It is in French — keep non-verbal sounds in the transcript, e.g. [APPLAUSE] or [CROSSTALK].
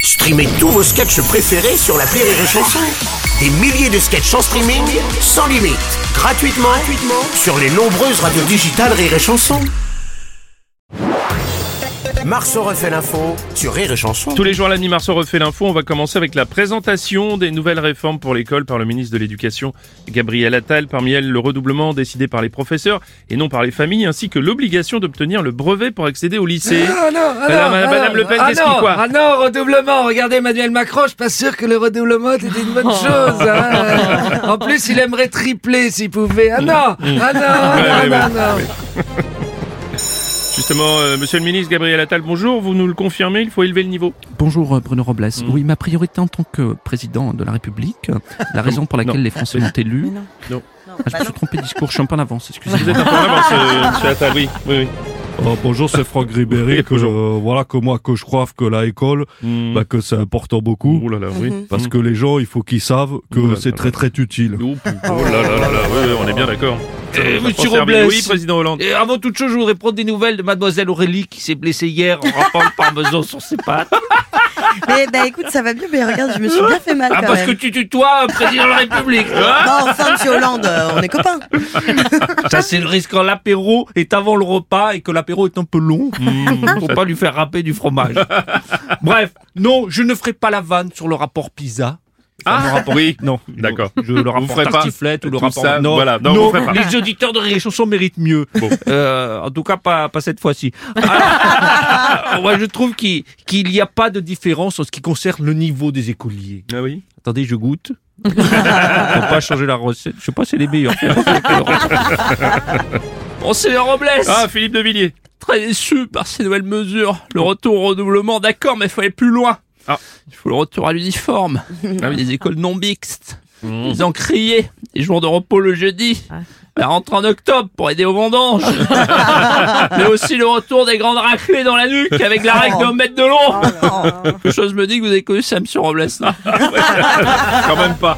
Streamez tous vos sketchs préférés sur la Rire et Chanson. Des milliers de sketchs en streaming, sans limite, gratuitement, gratuitement sur les nombreuses radios digitales Rire et Chanson. Marceau refait l'info sur Rire et Chanson. Tous les jours, l'année Marceau refait l'info. On va commencer avec la présentation des nouvelles réformes pour l'école par le ministre de l'Éducation, Gabriel Attal. Parmi elles, le redoublement décidé par les professeurs et non par les familles, ainsi que l'obligation d'obtenir le brevet pour accéder au lycée. Ah non, ah Alors, non, ah Madame non, Le Pen, ah qu'est-ce qui non, quoi Ah non, redoublement. Regardez Emmanuel Macron, je suis pas sûr que le redoublement était une Oh. bonne chose. [LAUGHS] hein. en plus, il aimerait tripler s'il pouvait. Ah non, ah non, ah Mm. Ouais, non, ouais, ah non. Justement, euh, monsieur le ministre Gabriel Attal, bonjour. Vous nous le confirmez, il faut élever le niveau. Bonjour euh, Bruno Robles. Mm. Oui, ma priorité en tant que président de la République, [LAUGHS] la raison pour laquelle Non. les Français m'ont élu. Non. Ah, je me suis trompé de discours, je suis un peu en avance, Vous excusez-moi. êtes un peu en avance, euh, monsieur Attal, oui. oui, oui. Euh, bonjour, c'est Franck Oui, Ribéry. Que, bonjour. euh, voilà que moi que je crois que la école, Hmm. bah, que c'est important Ouh beaucoup, là là, Mhm. oui. Mm. parce que les gens, il faut qu'ils savent Ouh là que c'est là. très très utile. Ouh, Oh là là là là, oui, oui, on est bien d'accord. Eh, Ça monsieur concerne- Robles. Oui, président Hollande. Et avant toute chose, je voudrais prendre des nouvelles de mademoiselle Aurélie qui s'est blessée hier en rampant le parmesan sur ses pattes. Mais bah écoute, ça va bien, mais regarde, je me suis bien fait mal Ah, quand parce que même. tu tutoies un président de la République. hein Bon, enfin, monsieur Hollande, euh, on est copains. Ah, Ça, c'est le risque quand l'apéro est avant le repas et que l'apéro est un peu long. Hmm, Faut pas lui faire râper du fromage. Bref, non, je ne ferai pas la vanne sur le rapport PISA. Ah, oui. Non, D'accord. Je, le rapport ferez pas tartiflette ou le tout rapport. ça, non, voilà. Non, vous ferez pas. les auditeurs de Rire et Chanson méritent mieux. Euh, en tout cas, pas, pas cette fois-ci. [LAUGHS] Alors, moi, je trouve qu'il qu'il n'y a pas de différence en ce qui concerne le niveau des écoliers. Ah oui. Attendez, je [LAUGHS] goûte. Faut pas changer la recette. Je sais pas, c'est les [LAUGHS] meilleurs. Bon, c'est Robles Ah, Philippe de Villiers. très déçu par ces nouvelles mesures. Le retour au redoublement, d'accord, mais il faut aller plus loin. Ah. Il faut le retour à l'uniforme. Ah oui. Les écoles non mixtes. Ils ont crié les jours de repos le jeudi. Ah. La rentrée en octobre pour aider [LAUGHS] aux vendanges. mais aussi le retour des grandes raclées dans la nuque avec la Oh. règle d'un Oh mètre de long. Quelque chose me dit que vous avez connu ça, monsieur Robles. là. Quand même pas.